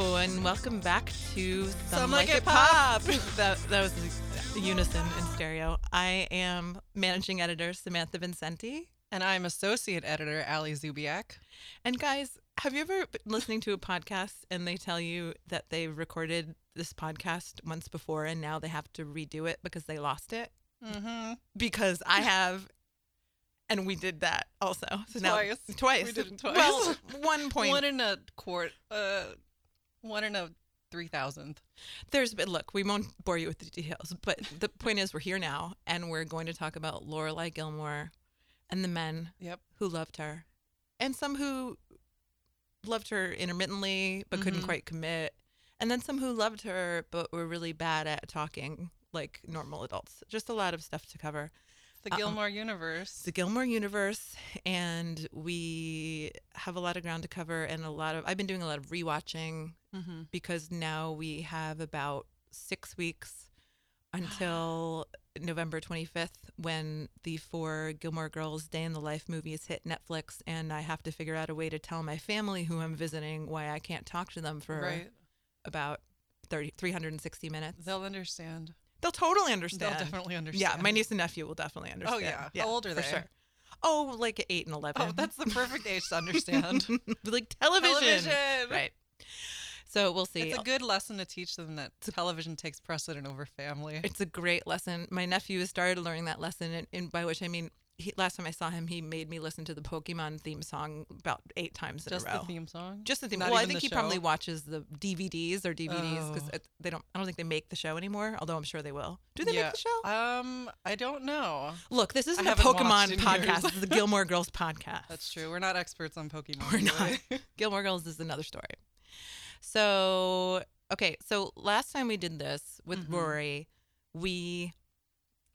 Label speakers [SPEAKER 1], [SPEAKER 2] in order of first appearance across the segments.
[SPEAKER 1] Welcome back to Some,
[SPEAKER 2] Some
[SPEAKER 1] Like,
[SPEAKER 2] Like
[SPEAKER 1] It
[SPEAKER 2] It
[SPEAKER 1] Pop.
[SPEAKER 2] Pop.
[SPEAKER 1] that, that was unison in stereo. I am managing editor Samantha Vincenti.
[SPEAKER 2] And I'm associate editor Ali Zubiak.
[SPEAKER 1] And guys, have you ever been listening to a podcast and they tell you that they recorded this podcast once before and now they have to redo it because they lost it?
[SPEAKER 2] Mm-hmm.
[SPEAKER 1] Because I have, and we did that also. So
[SPEAKER 2] Twice.
[SPEAKER 1] Now, twice.
[SPEAKER 2] We did it twice.
[SPEAKER 1] Well, one point.
[SPEAKER 2] One in a quart. Uh, one in a three thousandth.
[SPEAKER 1] There's but look, we won't bore you with the details, but the point is we're here now and we're going to talk about Lorelai Gilmore and the men
[SPEAKER 2] Yep.
[SPEAKER 1] who loved her. And some who loved her intermittently but couldn't
[SPEAKER 2] Mhm.
[SPEAKER 1] quite commit. And then some who loved her but were really bad at talking like normal adults. Just a lot of stuff to cover.
[SPEAKER 2] The
[SPEAKER 1] Uh-uh.
[SPEAKER 2] Gilmore
[SPEAKER 1] It's
[SPEAKER 2] universe.
[SPEAKER 1] the Gilmore universe and we have a lot of ground to cover and a lot of I've been doing a lot of rewatching
[SPEAKER 2] Mm-hmm.
[SPEAKER 1] because now we have about six weeks until November 25th when the four Gilmore Girls Day in the Life movies hit Netflix. And I have to figure out a way to tell my family who I'm visiting why I can't talk to them for
[SPEAKER 2] Right.
[SPEAKER 1] about 30, 360 minutes. They'll,
[SPEAKER 2] They'll understand.
[SPEAKER 1] totally understand.
[SPEAKER 2] They'll definitely understand. Oh,
[SPEAKER 1] Yeah, my niece and nephew will definitely understand.
[SPEAKER 2] yeah. How old are
[SPEAKER 1] for
[SPEAKER 2] they?
[SPEAKER 1] Sure. Oh, like eight and 11.
[SPEAKER 2] Oh, that's the perfect age to understand.
[SPEAKER 1] like television.
[SPEAKER 2] Television.
[SPEAKER 1] Right. So we'll see.
[SPEAKER 2] It's a good lesson to teach them that television takes precedent over family.
[SPEAKER 1] It's a great lesson. My nephew started learning that lesson, and, and by which I mean, he, last time I saw him, he made me listen to the Pokemon theme song about eight times in
[SPEAKER 2] Just
[SPEAKER 1] a row.
[SPEAKER 2] the theme song.
[SPEAKER 1] Just the theme.
[SPEAKER 2] Not
[SPEAKER 1] well, I
[SPEAKER 2] even
[SPEAKER 1] think
[SPEAKER 2] the
[SPEAKER 1] he probably
[SPEAKER 2] show?
[SPEAKER 1] watches the DVDs or DVDs because
[SPEAKER 2] Oh.
[SPEAKER 1] they don't. I don't think they make the show anymore. Although I'm sure they will. Do they
[SPEAKER 2] Yeah.
[SPEAKER 1] make the show?
[SPEAKER 2] Um, I don't know.
[SPEAKER 1] Look, this isn't a
[SPEAKER 2] haven't watched
[SPEAKER 1] Pokemon
[SPEAKER 2] in
[SPEAKER 1] podcast.
[SPEAKER 2] years.
[SPEAKER 1] This is the Gilmore Girls podcast.
[SPEAKER 2] That's true. We're not experts on Pokemon.
[SPEAKER 1] We're
[SPEAKER 2] really.
[SPEAKER 1] not. Gilmore Girls is another story. So, okay. So last time we did this with
[SPEAKER 2] Mhm.
[SPEAKER 1] Rory, we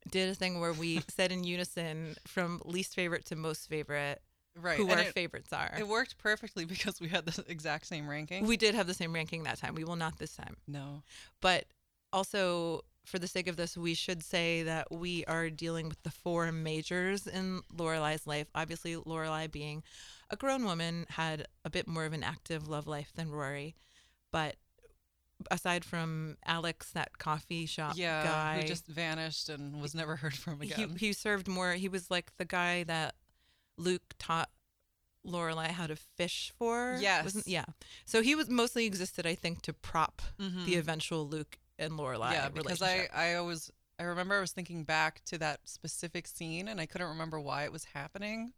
[SPEAKER 1] did a thing where we said in unison from least favorite to most favorite
[SPEAKER 2] right.
[SPEAKER 1] who
[SPEAKER 2] and
[SPEAKER 1] our
[SPEAKER 2] it,
[SPEAKER 1] favorites are.
[SPEAKER 2] it worked perfectly because we had the exact same ranking.
[SPEAKER 1] we did have the same ranking that time. We will not this time.
[SPEAKER 2] no.
[SPEAKER 1] But also, for the sake of this, we should say that we are dealing with the four majors in Lorelai's life. Obviously, Lorelai, being a grown woman, had a bit more of an active love life than Rory. But aside from Alex, that coffee shop
[SPEAKER 2] yeah,
[SPEAKER 1] guy,
[SPEAKER 2] who just vanished and was never heard from
[SPEAKER 1] he,
[SPEAKER 2] again.
[SPEAKER 1] he served more. He was like the guy that Luke taught Lorelai how to fish for.
[SPEAKER 2] Yes.
[SPEAKER 1] wasn't- yeah. So he was mostly existed, I think, to prop
[SPEAKER 2] Mhm.
[SPEAKER 1] the eventual Luke and Lorelai.
[SPEAKER 2] yeah, because I,
[SPEAKER 1] relationship.
[SPEAKER 2] I always I remember I was thinking back to that specific scene and I couldn't remember why it was happening.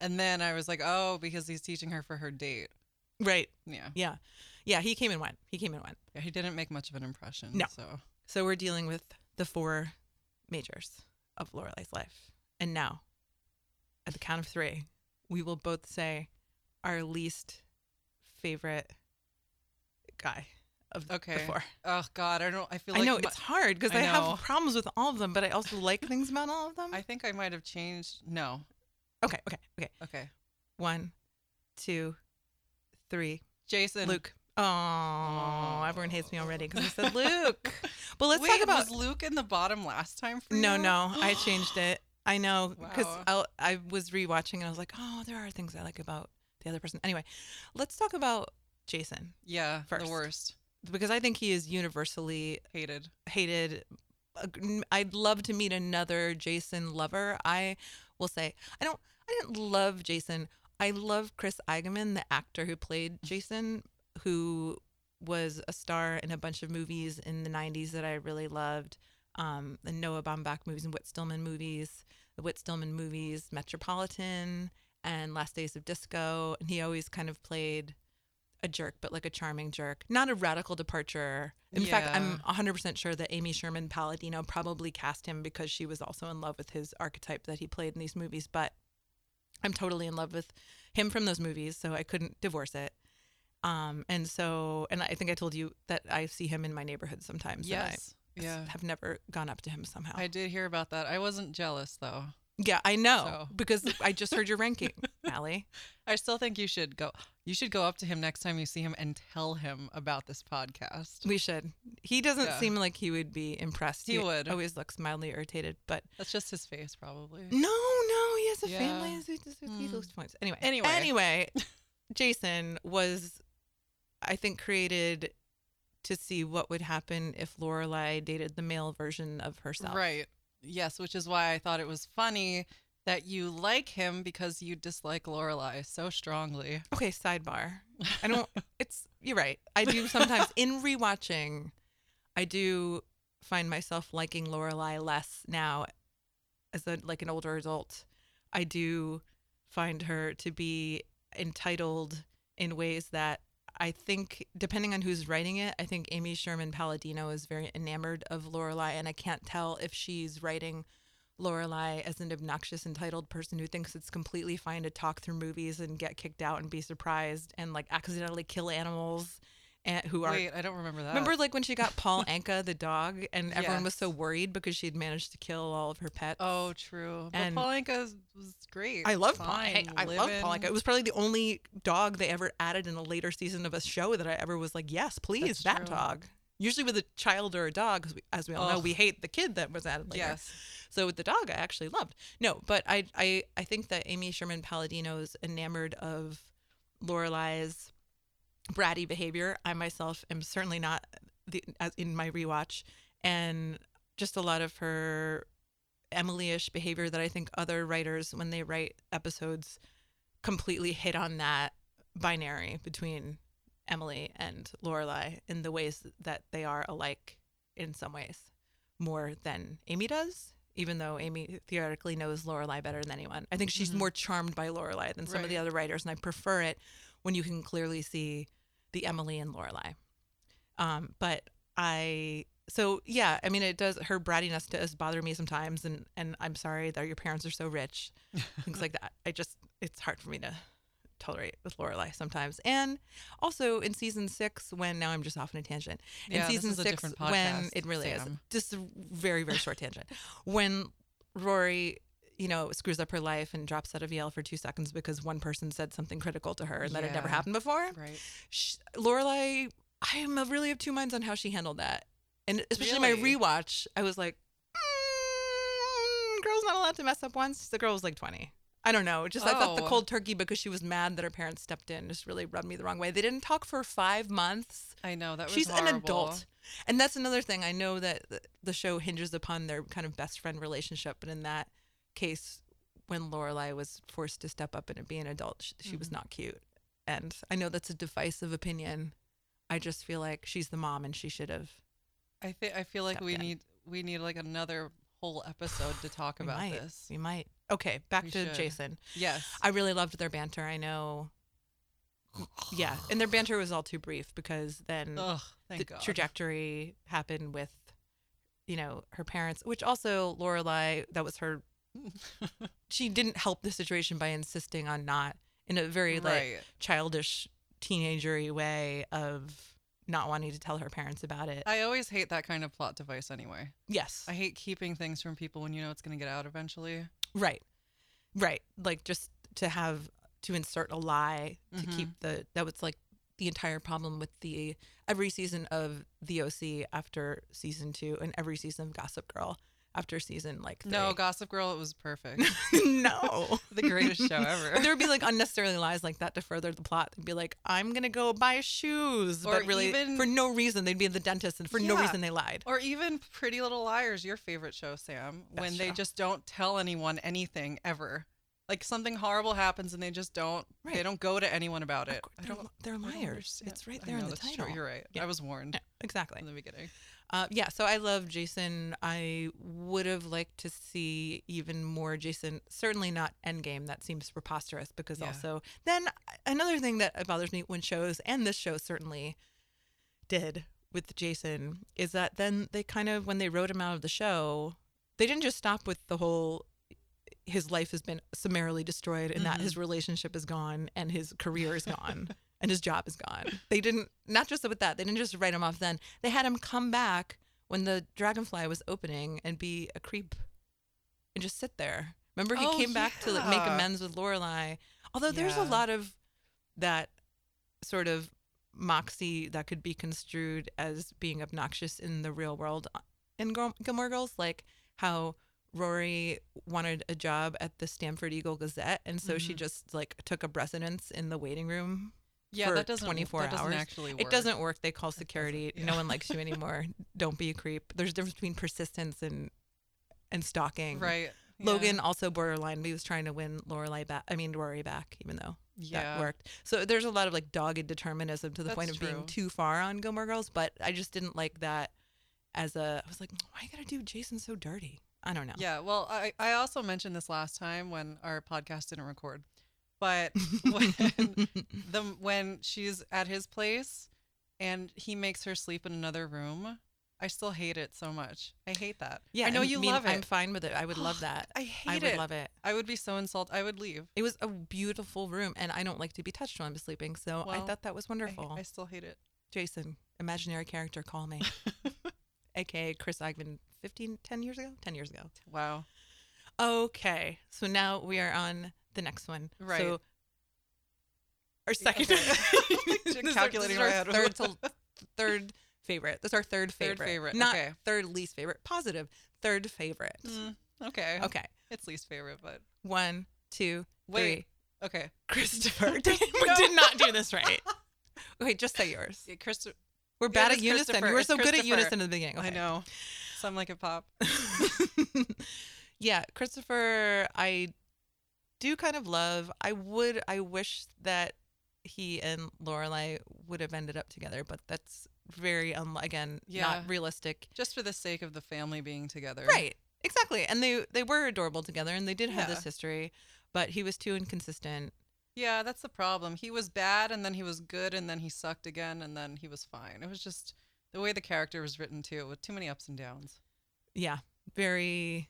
[SPEAKER 2] And then I was like, oh, because he's teaching her for her date.
[SPEAKER 1] right,
[SPEAKER 2] Yeah.
[SPEAKER 1] yeah, yeah. He came and went. He came and went.
[SPEAKER 2] yeah he didn't make much of an impression.
[SPEAKER 1] No.
[SPEAKER 2] So
[SPEAKER 1] So we're dealing with the four majors of Lorelai's life, and now, at the count of three, we will both say our least favorite guy of the
[SPEAKER 2] Okay.
[SPEAKER 1] four.
[SPEAKER 2] oh God, I don't I feel like
[SPEAKER 1] I know
[SPEAKER 2] my-
[SPEAKER 1] it's hard because I,
[SPEAKER 2] I know.
[SPEAKER 1] have problems with all of them, but I also like things about all of them.
[SPEAKER 2] I think I might have changed no.
[SPEAKER 1] okay, okay, okay.
[SPEAKER 2] Okay.
[SPEAKER 1] One, two, three.
[SPEAKER 2] Jason
[SPEAKER 1] Luke. Oh, everyone hates me already because I said Luke. But let's
[SPEAKER 2] Wait,
[SPEAKER 1] talk about.
[SPEAKER 2] was Luke in the bottom last time for
[SPEAKER 1] no,
[SPEAKER 2] you?
[SPEAKER 1] no, I changed it. I know because
[SPEAKER 2] Wow.
[SPEAKER 1] I was rewatching and I was like, oh, there are things I like about the other person. Anyway, let's talk about Jason
[SPEAKER 2] Yeah,
[SPEAKER 1] First.
[SPEAKER 2] the worst.
[SPEAKER 1] because I think he is universally
[SPEAKER 2] Hated.
[SPEAKER 1] hated. I'd love to meet another Jason lover. I will say I don't. I didn't love Jason. I love Chris Eigeman, the actor who played Jason, who was a star in a bunch of movies in the '90s that I really loved. Um, the Noah Baumbach movies and Whit Stillman movies, the Whit Stillman movies, Metropolitan and Last Days of Disco, and he always kind of played a jerk, but like a charming jerk, not a radical departure. In fact, I'm 100% sure that Amy Sherman Palladino probably cast him because she was also in love with his archetype that he played in these movies. But I'm totally in love with him from those movies, so I couldn't divorce it. Um, and so, and I think I told you that I see him in my neighborhood sometimes. and I
[SPEAKER 2] Yes. Yeah.
[SPEAKER 1] have never gone up to him somehow.
[SPEAKER 2] I did hear about that. I wasn't jealous though.
[SPEAKER 1] yeah, I know
[SPEAKER 2] So.
[SPEAKER 1] because I just heard your ranking, Allie.
[SPEAKER 2] I still think you should go. You should go up to him next time you see him and tell him about this podcast.
[SPEAKER 1] We should. He doesn't
[SPEAKER 2] Yeah.
[SPEAKER 1] seem like he would be impressed.
[SPEAKER 2] He would.
[SPEAKER 1] Always looks mildly irritated, but
[SPEAKER 2] That's just his face, probably.
[SPEAKER 1] No, no, he has a family.
[SPEAKER 2] Yeah.
[SPEAKER 1] He, just, he
[SPEAKER 2] Mm.
[SPEAKER 1] looks points. Anyway,
[SPEAKER 2] Anyway.
[SPEAKER 1] anyway, Jason was, I think, created to see what would happen if Lorelai dated the male version of herself.
[SPEAKER 2] Right. Yes, which is why I thought it was funny that you like him because you dislike Lorelai so strongly.
[SPEAKER 1] Okay, sidebar. I don't it's you're right. I do sometimes in rewatching, I do find myself liking Lorelai less now as a like an older adult. I do find her to be entitled in ways that I think depending on who's writing it, I think Amy Sherman Palladino is very enamored of Lorelai and I can't tell if she's writing Lorelai as an obnoxious, entitled person who thinks it's completely fine to talk through movies and get kicked out and be surprised and like accidentally kill animals and who are
[SPEAKER 2] Wait, I don't remember that.
[SPEAKER 1] remember like when she got Paul Anka the dog and everyone was so
[SPEAKER 2] Yes.
[SPEAKER 1] worried because she had managed to kill all of her pets.
[SPEAKER 2] Oh, true.
[SPEAKER 1] And-
[SPEAKER 2] but Paulinka was great.
[SPEAKER 1] I love Paul.
[SPEAKER 2] Fine,
[SPEAKER 1] Hey, I love
[SPEAKER 2] living.
[SPEAKER 1] Paul Anka. It was probably the only dog they ever added in a later season of a show that I ever was like, yes, please,
[SPEAKER 2] That's
[SPEAKER 1] that
[SPEAKER 2] true.
[SPEAKER 1] dog. Usually with a child or a dog, 'cause we, as we all know,
[SPEAKER 2] Ugh.
[SPEAKER 1] we hate the kid that was added later.
[SPEAKER 2] Yes.
[SPEAKER 1] So with the dog, I actually loved. No, but I I, I think that Amy Sherman Palladino is enamored of Lorelai's bratty behavior. I myself am certainly not the, as in my rewatch, and just a lot of her Emily-ish behavior that I think other writers, when they write episodes, completely hit on that binary between Emily and Lorelai in the ways that they are alike in some ways more than Amy does, even though Amy theoretically knows Lorelai better than anyone. I think she's
[SPEAKER 2] Mhm.
[SPEAKER 1] more charmed by Lorelai than some of the
[SPEAKER 2] Right.
[SPEAKER 1] other writers, and I prefer it when you can clearly see the Emily and Lorelai. Um, but I so yeah, I mean it does her brattiness does bother me sometimes and and I'm sorry that your parents are so rich. Things like that. I just it's hard for me to tolerate with Lorelai sometimes. And also in season six when now I'm just off on a tangent. In
[SPEAKER 2] Yeah, this
[SPEAKER 1] season
[SPEAKER 2] is a
[SPEAKER 1] six
[SPEAKER 2] different
[SPEAKER 1] when
[SPEAKER 2] podcast,
[SPEAKER 1] it really is
[SPEAKER 2] Sam.
[SPEAKER 1] just a very, very short tangent. When Rory you know, screws up her life and drops out of Yale for two seconds because one person said something critical to her and that had never
[SPEAKER 2] Yeah.
[SPEAKER 1] happened before
[SPEAKER 2] Right.
[SPEAKER 1] sh Lorelai, I am of- really of two minds on how she handled that, and especially
[SPEAKER 2] Really?
[SPEAKER 1] my rewatch, I was like, mm, "Girl's not allowed to mess up once." The girl was like twenty. I don't know. Just I thought the
[SPEAKER 2] Oh.
[SPEAKER 1] cold turkey because she was mad that her parents stepped in just really rubbed me the wrong way. They didn't talk for five months.
[SPEAKER 2] I know that was
[SPEAKER 1] She's an
[SPEAKER 2] horrible.
[SPEAKER 1] adult. And that's another thing. I know that th- the show hinges upon their kind of best friend relationship, but in that case, when Lorelai was forced to step up and be an adult, she, she was
[SPEAKER 2] Mhm.
[SPEAKER 1] not cute. And I know that's a divisive opinion. I just feel like she's the mom and she should have.
[SPEAKER 2] I think I feel like
[SPEAKER 1] Stepped
[SPEAKER 2] we
[SPEAKER 1] in.
[SPEAKER 2] need we need like another whole episode to talk
[SPEAKER 1] We
[SPEAKER 2] about
[SPEAKER 1] might.
[SPEAKER 2] this.
[SPEAKER 1] We might. Okay, back
[SPEAKER 2] We
[SPEAKER 1] to
[SPEAKER 2] should.
[SPEAKER 1] Jason.
[SPEAKER 2] Yes.
[SPEAKER 1] I really loved their banter. I know. Yeah, and their banter was all too brief because then
[SPEAKER 2] Ugh, thank
[SPEAKER 1] the
[SPEAKER 2] God.
[SPEAKER 1] trajectory happened with you know her parents which also Lorelai that was her she didn't help the situation by insisting on not in a very like
[SPEAKER 2] right.
[SPEAKER 1] childish teenagery way of not wanting to tell her parents about it
[SPEAKER 2] I always hate that kind of plot device anyway.
[SPEAKER 1] yes
[SPEAKER 2] I hate keeping things from people when you know it's going to get out eventually.
[SPEAKER 1] right right like just to have to insert a lie to
[SPEAKER 2] Mhm.
[SPEAKER 1] keep the that was like the entire problem with the every season of the OC after season 2 and every season of Gossip Girl after season like 3
[SPEAKER 2] No, Gossip Girl, it was perfect.
[SPEAKER 1] no.
[SPEAKER 2] the greatest show ever.
[SPEAKER 1] But there would be like unnecessarily lies like that to further the plot. They'd be like, I'm gonna go buy shoes,
[SPEAKER 2] Or
[SPEAKER 1] but really
[SPEAKER 2] even-
[SPEAKER 1] for no reason. They'd be at the dentist, and for no
[SPEAKER 2] Yeah.
[SPEAKER 1] reason they lied.
[SPEAKER 2] Or even Pretty Little Liars, your favorite show, Sam, when
[SPEAKER 1] Best
[SPEAKER 2] they
[SPEAKER 1] show.
[SPEAKER 2] just don't tell anyone anything ever. Like something horrible happens and they just don't. They
[SPEAKER 1] Right.
[SPEAKER 2] don't go to anyone about it.
[SPEAKER 1] Of cour-
[SPEAKER 2] I
[SPEAKER 1] they're,
[SPEAKER 2] don't.
[SPEAKER 1] li- they're
[SPEAKER 2] I don't
[SPEAKER 1] liars.
[SPEAKER 2] understand.
[SPEAKER 1] It's right
[SPEAKER 2] I
[SPEAKER 1] there in
[SPEAKER 2] know,
[SPEAKER 1] the
[SPEAKER 2] that's
[SPEAKER 1] title.
[SPEAKER 2] true. You're right.
[SPEAKER 1] Yeah.
[SPEAKER 2] I was warned
[SPEAKER 1] Yeah, exactly.
[SPEAKER 2] from the beginning.
[SPEAKER 1] Uh, yeah, so I love Jason. I would have liked to see even more Jason. Certainly not Endgame. That seems preposterous because
[SPEAKER 2] Yeah.
[SPEAKER 1] also then another thing that bothers me when shows and this show certainly did with Jason is that then they kind of when they wrote him out of the show, they didn't just stop with the whole his life has been summarily destroyed and that
[SPEAKER 2] Mhm.
[SPEAKER 1] his relationship is gone and his career is gone and his job is gone. They didn't not just with that, they didn't just write him off then. They had him come back when the dragonfly was opening and be a creep and just sit there. Remember he
[SPEAKER 2] Oh,
[SPEAKER 1] came back to like make
[SPEAKER 2] yeah.
[SPEAKER 1] amends with Lorelai. Although there's a
[SPEAKER 2] Yeah.
[SPEAKER 1] lot of that sort of moxie that could be construed as being obnoxious in the real world uh, in Gil- Gilmore Girls, like how Rory wanted a job at the Stanford Eagle Gazette, and so she
[SPEAKER 2] Mhm.
[SPEAKER 1] just like took up residence in the waiting room
[SPEAKER 2] yeah,
[SPEAKER 1] for
[SPEAKER 2] that doesn't
[SPEAKER 1] 24
[SPEAKER 2] that doesn't
[SPEAKER 1] hours.
[SPEAKER 2] actually work.
[SPEAKER 1] It doesn't work. They call security.
[SPEAKER 2] doesn't-
[SPEAKER 1] No
[SPEAKER 2] yeah.
[SPEAKER 1] one likes you anymore. Don't be a creep. There's a difference between persistence and and stalking.
[SPEAKER 2] right. yeah,
[SPEAKER 1] Logan also borderline. He was trying to win Lorelai back. I mean Rory back, even though
[SPEAKER 2] Yeah.
[SPEAKER 1] that worked. So there's a lot of like dogged determinism to the point of
[SPEAKER 2] That's
[SPEAKER 1] being
[SPEAKER 2] true.
[SPEAKER 1] too far on Gilmore Girls. But I just didn't like that. As a, I was like, why you gotta do Jason so dirty? I don't know.
[SPEAKER 2] Yeah. Well, I, I also mentioned this last time when our podcast didn't record, but when the when she's at his place and he makes her sleep in another room, I still hate it so much. I hate that.
[SPEAKER 1] Yeah,
[SPEAKER 2] I know
[SPEAKER 1] I
[SPEAKER 2] you
[SPEAKER 1] mean,
[SPEAKER 2] love it.
[SPEAKER 1] I'm fine with it. I would love that.
[SPEAKER 2] I
[SPEAKER 1] I
[SPEAKER 2] hate
[SPEAKER 1] would
[SPEAKER 2] it.
[SPEAKER 1] love it.
[SPEAKER 2] I would be so insulted. I would leave.
[SPEAKER 1] It was a beautiful room, and I don't like to be touched while I'm sleeping, so I
[SPEAKER 2] Well,
[SPEAKER 1] thought that was
[SPEAKER 2] I-
[SPEAKER 1] wonderful.
[SPEAKER 2] I, still hate it.
[SPEAKER 1] Jason, imaginary character, call me, aka Chris Eichmann, 15, 10 years ago, ten years ago.
[SPEAKER 2] Wow.
[SPEAKER 1] Okay, so now we are on the next one.
[SPEAKER 2] Right.
[SPEAKER 1] So our second,
[SPEAKER 2] Okay.
[SPEAKER 1] this is our- this
[SPEAKER 2] Calculating
[SPEAKER 1] is
[SPEAKER 2] my
[SPEAKER 1] our
[SPEAKER 2] head.
[SPEAKER 1] third, to, third favorite. That's our third
[SPEAKER 2] Third
[SPEAKER 1] favorite.
[SPEAKER 2] favorite.
[SPEAKER 1] not
[SPEAKER 2] okay.
[SPEAKER 1] third least favorite. Positive, third favorite.
[SPEAKER 2] Mm, okay.
[SPEAKER 1] Okay,
[SPEAKER 2] It's least favorite, but
[SPEAKER 1] one, two,
[SPEAKER 2] wait.
[SPEAKER 1] three.
[SPEAKER 2] Okay.
[SPEAKER 1] Christopher. Did- we
[SPEAKER 2] No.
[SPEAKER 1] did not do this right. Wait, just say yours.
[SPEAKER 2] Yeah, Christo-
[SPEAKER 1] We're
[SPEAKER 2] Yeah,
[SPEAKER 1] bad
[SPEAKER 2] it
[SPEAKER 1] at
[SPEAKER 2] is
[SPEAKER 1] unison.
[SPEAKER 2] Christopher.
[SPEAKER 1] You were
[SPEAKER 2] It's
[SPEAKER 1] so good at
[SPEAKER 2] Christopher.
[SPEAKER 1] unison in the beginning.
[SPEAKER 2] I know. Some like it pop.
[SPEAKER 1] know. yeah, Christopher, I do kind of love. I would. I wish that he and Lorelai would have ended up together, but that's very unli again
[SPEAKER 2] Yeah.
[SPEAKER 1] not realistic.
[SPEAKER 2] Just for the sake of the family being together.
[SPEAKER 1] Right. Exactly. And they they were adorable together, and they did have
[SPEAKER 2] Yeah.
[SPEAKER 1] this history, but he was too inconsistent.
[SPEAKER 2] Yeah, that's the problem. He was bad and then he was good and then he sucked again and then he was fine. It was just the way the character was written too, with too many ups and downs.
[SPEAKER 1] yeah very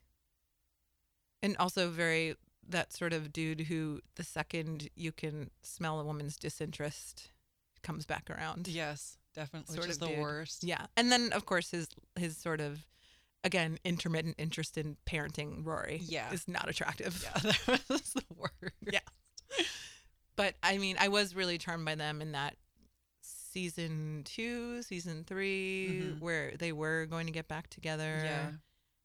[SPEAKER 1] and also very that sort of dude who the second you can smell a woman's disinterest comes back around
[SPEAKER 2] Yes, definitely.
[SPEAKER 1] Sort
[SPEAKER 2] which is
[SPEAKER 1] of
[SPEAKER 2] the
[SPEAKER 1] dude.
[SPEAKER 2] worst.
[SPEAKER 1] yeah and then of course his his sort of again intermittent interest in parenting rory
[SPEAKER 2] Yeah.
[SPEAKER 1] is not attractive
[SPEAKER 2] Yeah, that was the worst.
[SPEAKER 1] Yeah. but i mean i was really charmed by them in that season two season 3
[SPEAKER 2] Mhm.
[SPEAKER 1] where they were going to get back together
[SPEAKER 2] Yeah.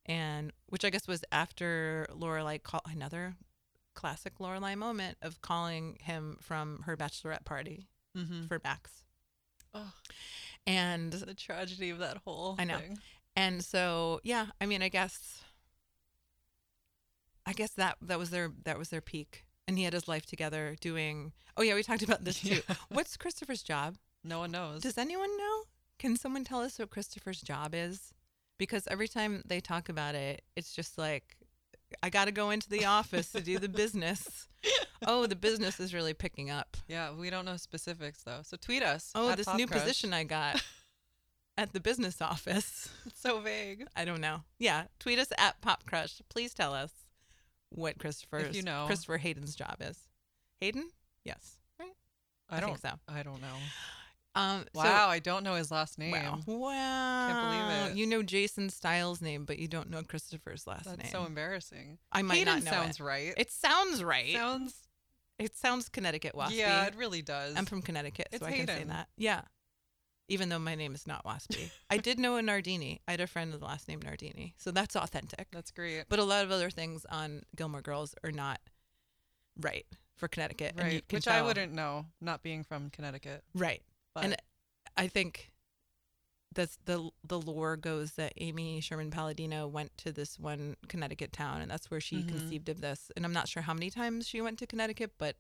[SPEAKER 1] and which I guess was after Lorelai call another classic Lorelai moment of calling him from her bachelorette party
[SPEAKER 2] Mm-hmm.
[SPEAKER 1] for Max,
[SPEAKER 2] Oh,
[SPEAKER 1] and
[SPEAKER 2] the tragedy of that whole
[SPEAKER 1] I know.
[SPEAKER 2] thing.
[SPEAKER 1] and so yeah, I mean I guess, I guess that that was their that was their peak, and he had his life together doing. Oh yeah, we talked about this too.
[SPEAKER 2] Yeah.
[SPEAKER 1] What's Christopher's job?
[SPEAKER 2] No one knows.
[SPEAKER 1] Does anyone know? Can someone tell us what Christopher's job is? Because every time they talk about it, it's just like, I got to go into the office to do the business. Oh, the business is really picking up.
[SPEAKER 2] yeah, we don't know specifics though. So tweet us.
[SPEAKER 1] Oh,
[SPEAKER 2] at
[SPEAKER 1] this
[SPEAKER 2] Pop
[SPEAKER 1] new
[SPEAKER 2] Crush.
[SPEAKER 1] position I got at the business office.
[SPEAKER 2] It's so vague.
[SPEAKER 1] I don't know. Yeah, tweet us at Pop Crush. Please tell us what Christopher's
[SPEAKER 2] know.
[SPEAKER 1] Christopher Hayden's job is. Hayden? Yes. Right?
[SPEAKER 2] I don't.
[SPEAKER 1] think so.
[SPEAKER 2] I don't know.
[SPEAKER 1] Um, so-
[SPEAKER 2] Wow, I don't know his last name.
[SPEAKER 1] Wow. Wow.
[SPEAKER 2] it.
[SPEAKER 1] You know Jason Styles' name, but you don't know Christopher's last
[SPEAKER 2] That's
[SPEAKER 1] name.
[SPEAKER 2] so embarrassing.
[SPEAKER 1] I might
[SPEAKER 2] Hayden
[SPEAKER 1] not know
[SPEAKER 2] sounds
[SPEAKER 1] it.
[SPEAKER 2] right.
[SPEAKER 1] It sounds right.
[SPEAKER 2] sounds.
[SPEAKER 1] it sounds Connecticut waspy.
[SPEAKER 2] Yeah, it really does.
[SPEAKER 1] I'm from Connecticut, so
[SPEAKER 2] It's
[SPEAKER 1] I can say
[SPEAKER 2] Hayden.
[SPEAKER 1] that. Yeah. Even though my name is not waspy. I did know a Nardini. I had a friend with the last name Nardini. So that's authentic.
[SPEAKER 2] That's great.
[SPEAKER 1] But a lot of other things on Gilmore Girls are not right for Connecticut. and you
[SPEAKER 2] Right.
[SPEAKER 1] can
[SPEAKER 2] Which I
[SPEAKER 1] tell.
[SPEAKER 2] wouldn't know, not being from Connecticut.
[SPEAKER 1] Right.
[SPEAKER 2] But
[SPEAKER 1] And- I think that's the the lore goes that Amy Sherman Palladino went to this one Connecticut town, and that's where she
[SPEAKER 2] Mhm.
[SPEAKER 1] conceived of this. And I'm not sure how many times she went to Connecticut, but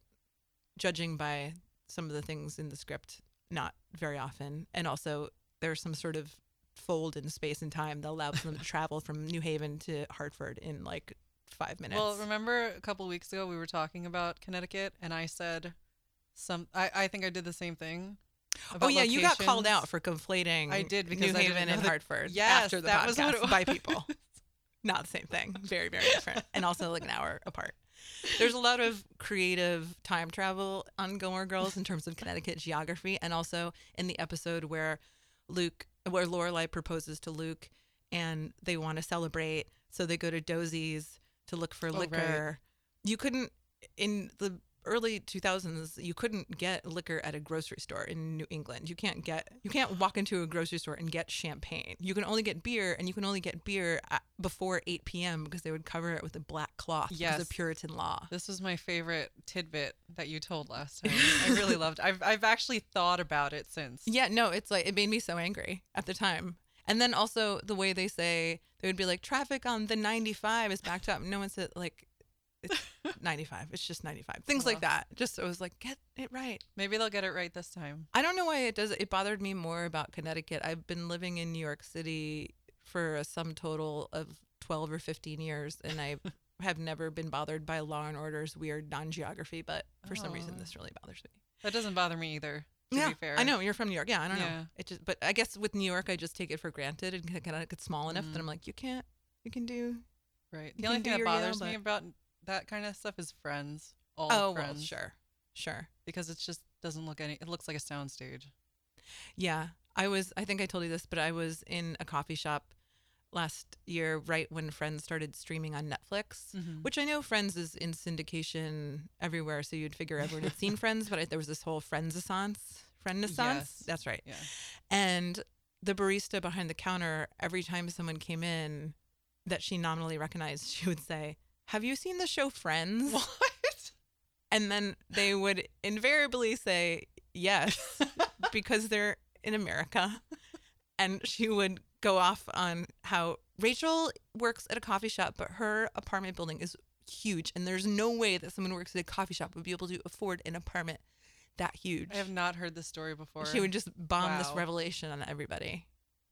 [SPEAKER 1] judging by some of the things in the script, not very often. And also, there's some sort of fold in space and time that allows them to travel from New Haven to Hartford in like five minutes.
[SPEAKER 2] well, remember a couple weeks ago we were talking about Connecticut, and I said some. I, I think I did the same thing.
[SPEAKER 1] oh
[SPEAKER 2] about
[SPEAKER 1] yeah, you got called out
[SPEAKER 2] locations.
[SPEAKER 1] for conflating.
[SPEAKER 2] I did,
[SPEAKER 1] New
[SPEAKER 2] because I didn't
[SPEAKER 1] Haven
[SPEAKER 2] know
[SPEAKER 1] and
[SPEAKER 2] that-
[SPEAKER 1] Hartford.
[SPEAKER 2] Yes,
[SPEAKER 1] after the
[SPEAKER 2] that
[SPEAKER 1] podcast
[SPEAKER 2] was what it
[SPEAKER 1] by
[SPEAKER 2] was.
[SPEAKER 1] people. not the same thing. Very, very different. and also like an hour apart. There's a lot of creative time travel on Gilmore Girls in terms of Connecticut geography and also in the episode where Luke where Lorelai proposes to Luke and they want to celebrate, so they go to Dozy's to look for
[SPEAKER 2] Oh, right.
[SPEAKER 1] liquor. You couldn't in the early 2000s you couldn't get liquor at a grocery store in New England. You can't get you can't walk into a grocery store and get champagne. You can only get beer and you can only get beer at, before 8 p.m. because they would cover it with a black cloth because
[SPEAKER 2] Yes.
[SPEAKER 1] of Puritan law.
[SPEAKER 2] This was my favorite tidbit that you told last time. I really loved. I've I've actually thought about it since.
[SPEAKER 1] Yeah, no, it's like it made me so angry at the time. And then also the way they say they would be like traffic on the 95 is backed up. No one said like it's 95. It's just 95. Things
[SPEAKER 2] Wow.
[SPEAKER 1] like that. Just it was like get it right.
[SPEAKER 2] Maybe they'll get it right this time.
[SPEAKER 1] I don't know why it does. It bothered me more about Connecticut. I've been living in New York City for a sum total of 12 or 15 years, and I have never been bothered by Law and Order's weird non-geography. But for some reason,
[SPEAKER 2] Oh.
[SPEAKER 1] this really bothers me.
[SPEAKER 2] That doesn't bother me either. To
[SPEAKER 1] yeah,
[SPEAKER 2] be fair,
[SPEAKER 1] I know you're from New York. Yeah, I don't
[SPEAKER 2] Yeah.
[SPEAKER 1] know. It just, but I guess with New York, I just take it for granted, and Connecticut's small enough
[SPEAKER 2] Mm.
[SPEAKER 1] that I'm like, you can't, you can do.
[SPEAKER 2] Right.
[SPEAKER 1] You
[SPEAKER 2] The only
[SPEAKER 1] can
[SPEAKER 2] thing
[SPEAKER 1] do
[SPEAKER 2] that
[SPEAKER 1] your Yale,
[SPEAKER 2] bothers me
[SPEAKER 1] but-
[SPEAKER 2] about that kind of stuff is friends. All
[SPEAKER 1] oh
[SPEAKER 2] friends.
[SPEAKER 1] well, sure, sure.
[SPEAKER 2] Because it just doesn't look any. It looks like a soundstage.
[SPEAKER 1] Yeah. I was I think I told you this, but I was in a coffee shop last year right when Friends started streaming on Netflix,
[SPEAKER 2] Mhm.
[SPEAKER 1] which I know Friends is in syndication everywhere, so you'd figure everyone had seen Friends, but I, there was this whole Friendsissance, Friendsissance.
[SPEAKER 2] Yes.
[SPEAKER 1] That's right.
[SPEAKER 2] Yeah.
[SPEAKER 1] And the barista behind the counter, every time someone came in that she nominally recognized, she would say, "Have you seen the show Friends?"
[SPEAKER 2] What?
[SPEAKER 1] and then they would invariably say yes because they're in America. And she would go off on how Rachel works at a coffee shop, but her apartment building is huge. And there's no way that someone who works at a coffee shop would be able to afford an apartment that huge.
[SPEAKER 2] I have not heard this story before.
[SPEAKER 1] she would just bomb this
[SPEAKER 2] Wow.
[SPEAKER 1] revelation on everybody.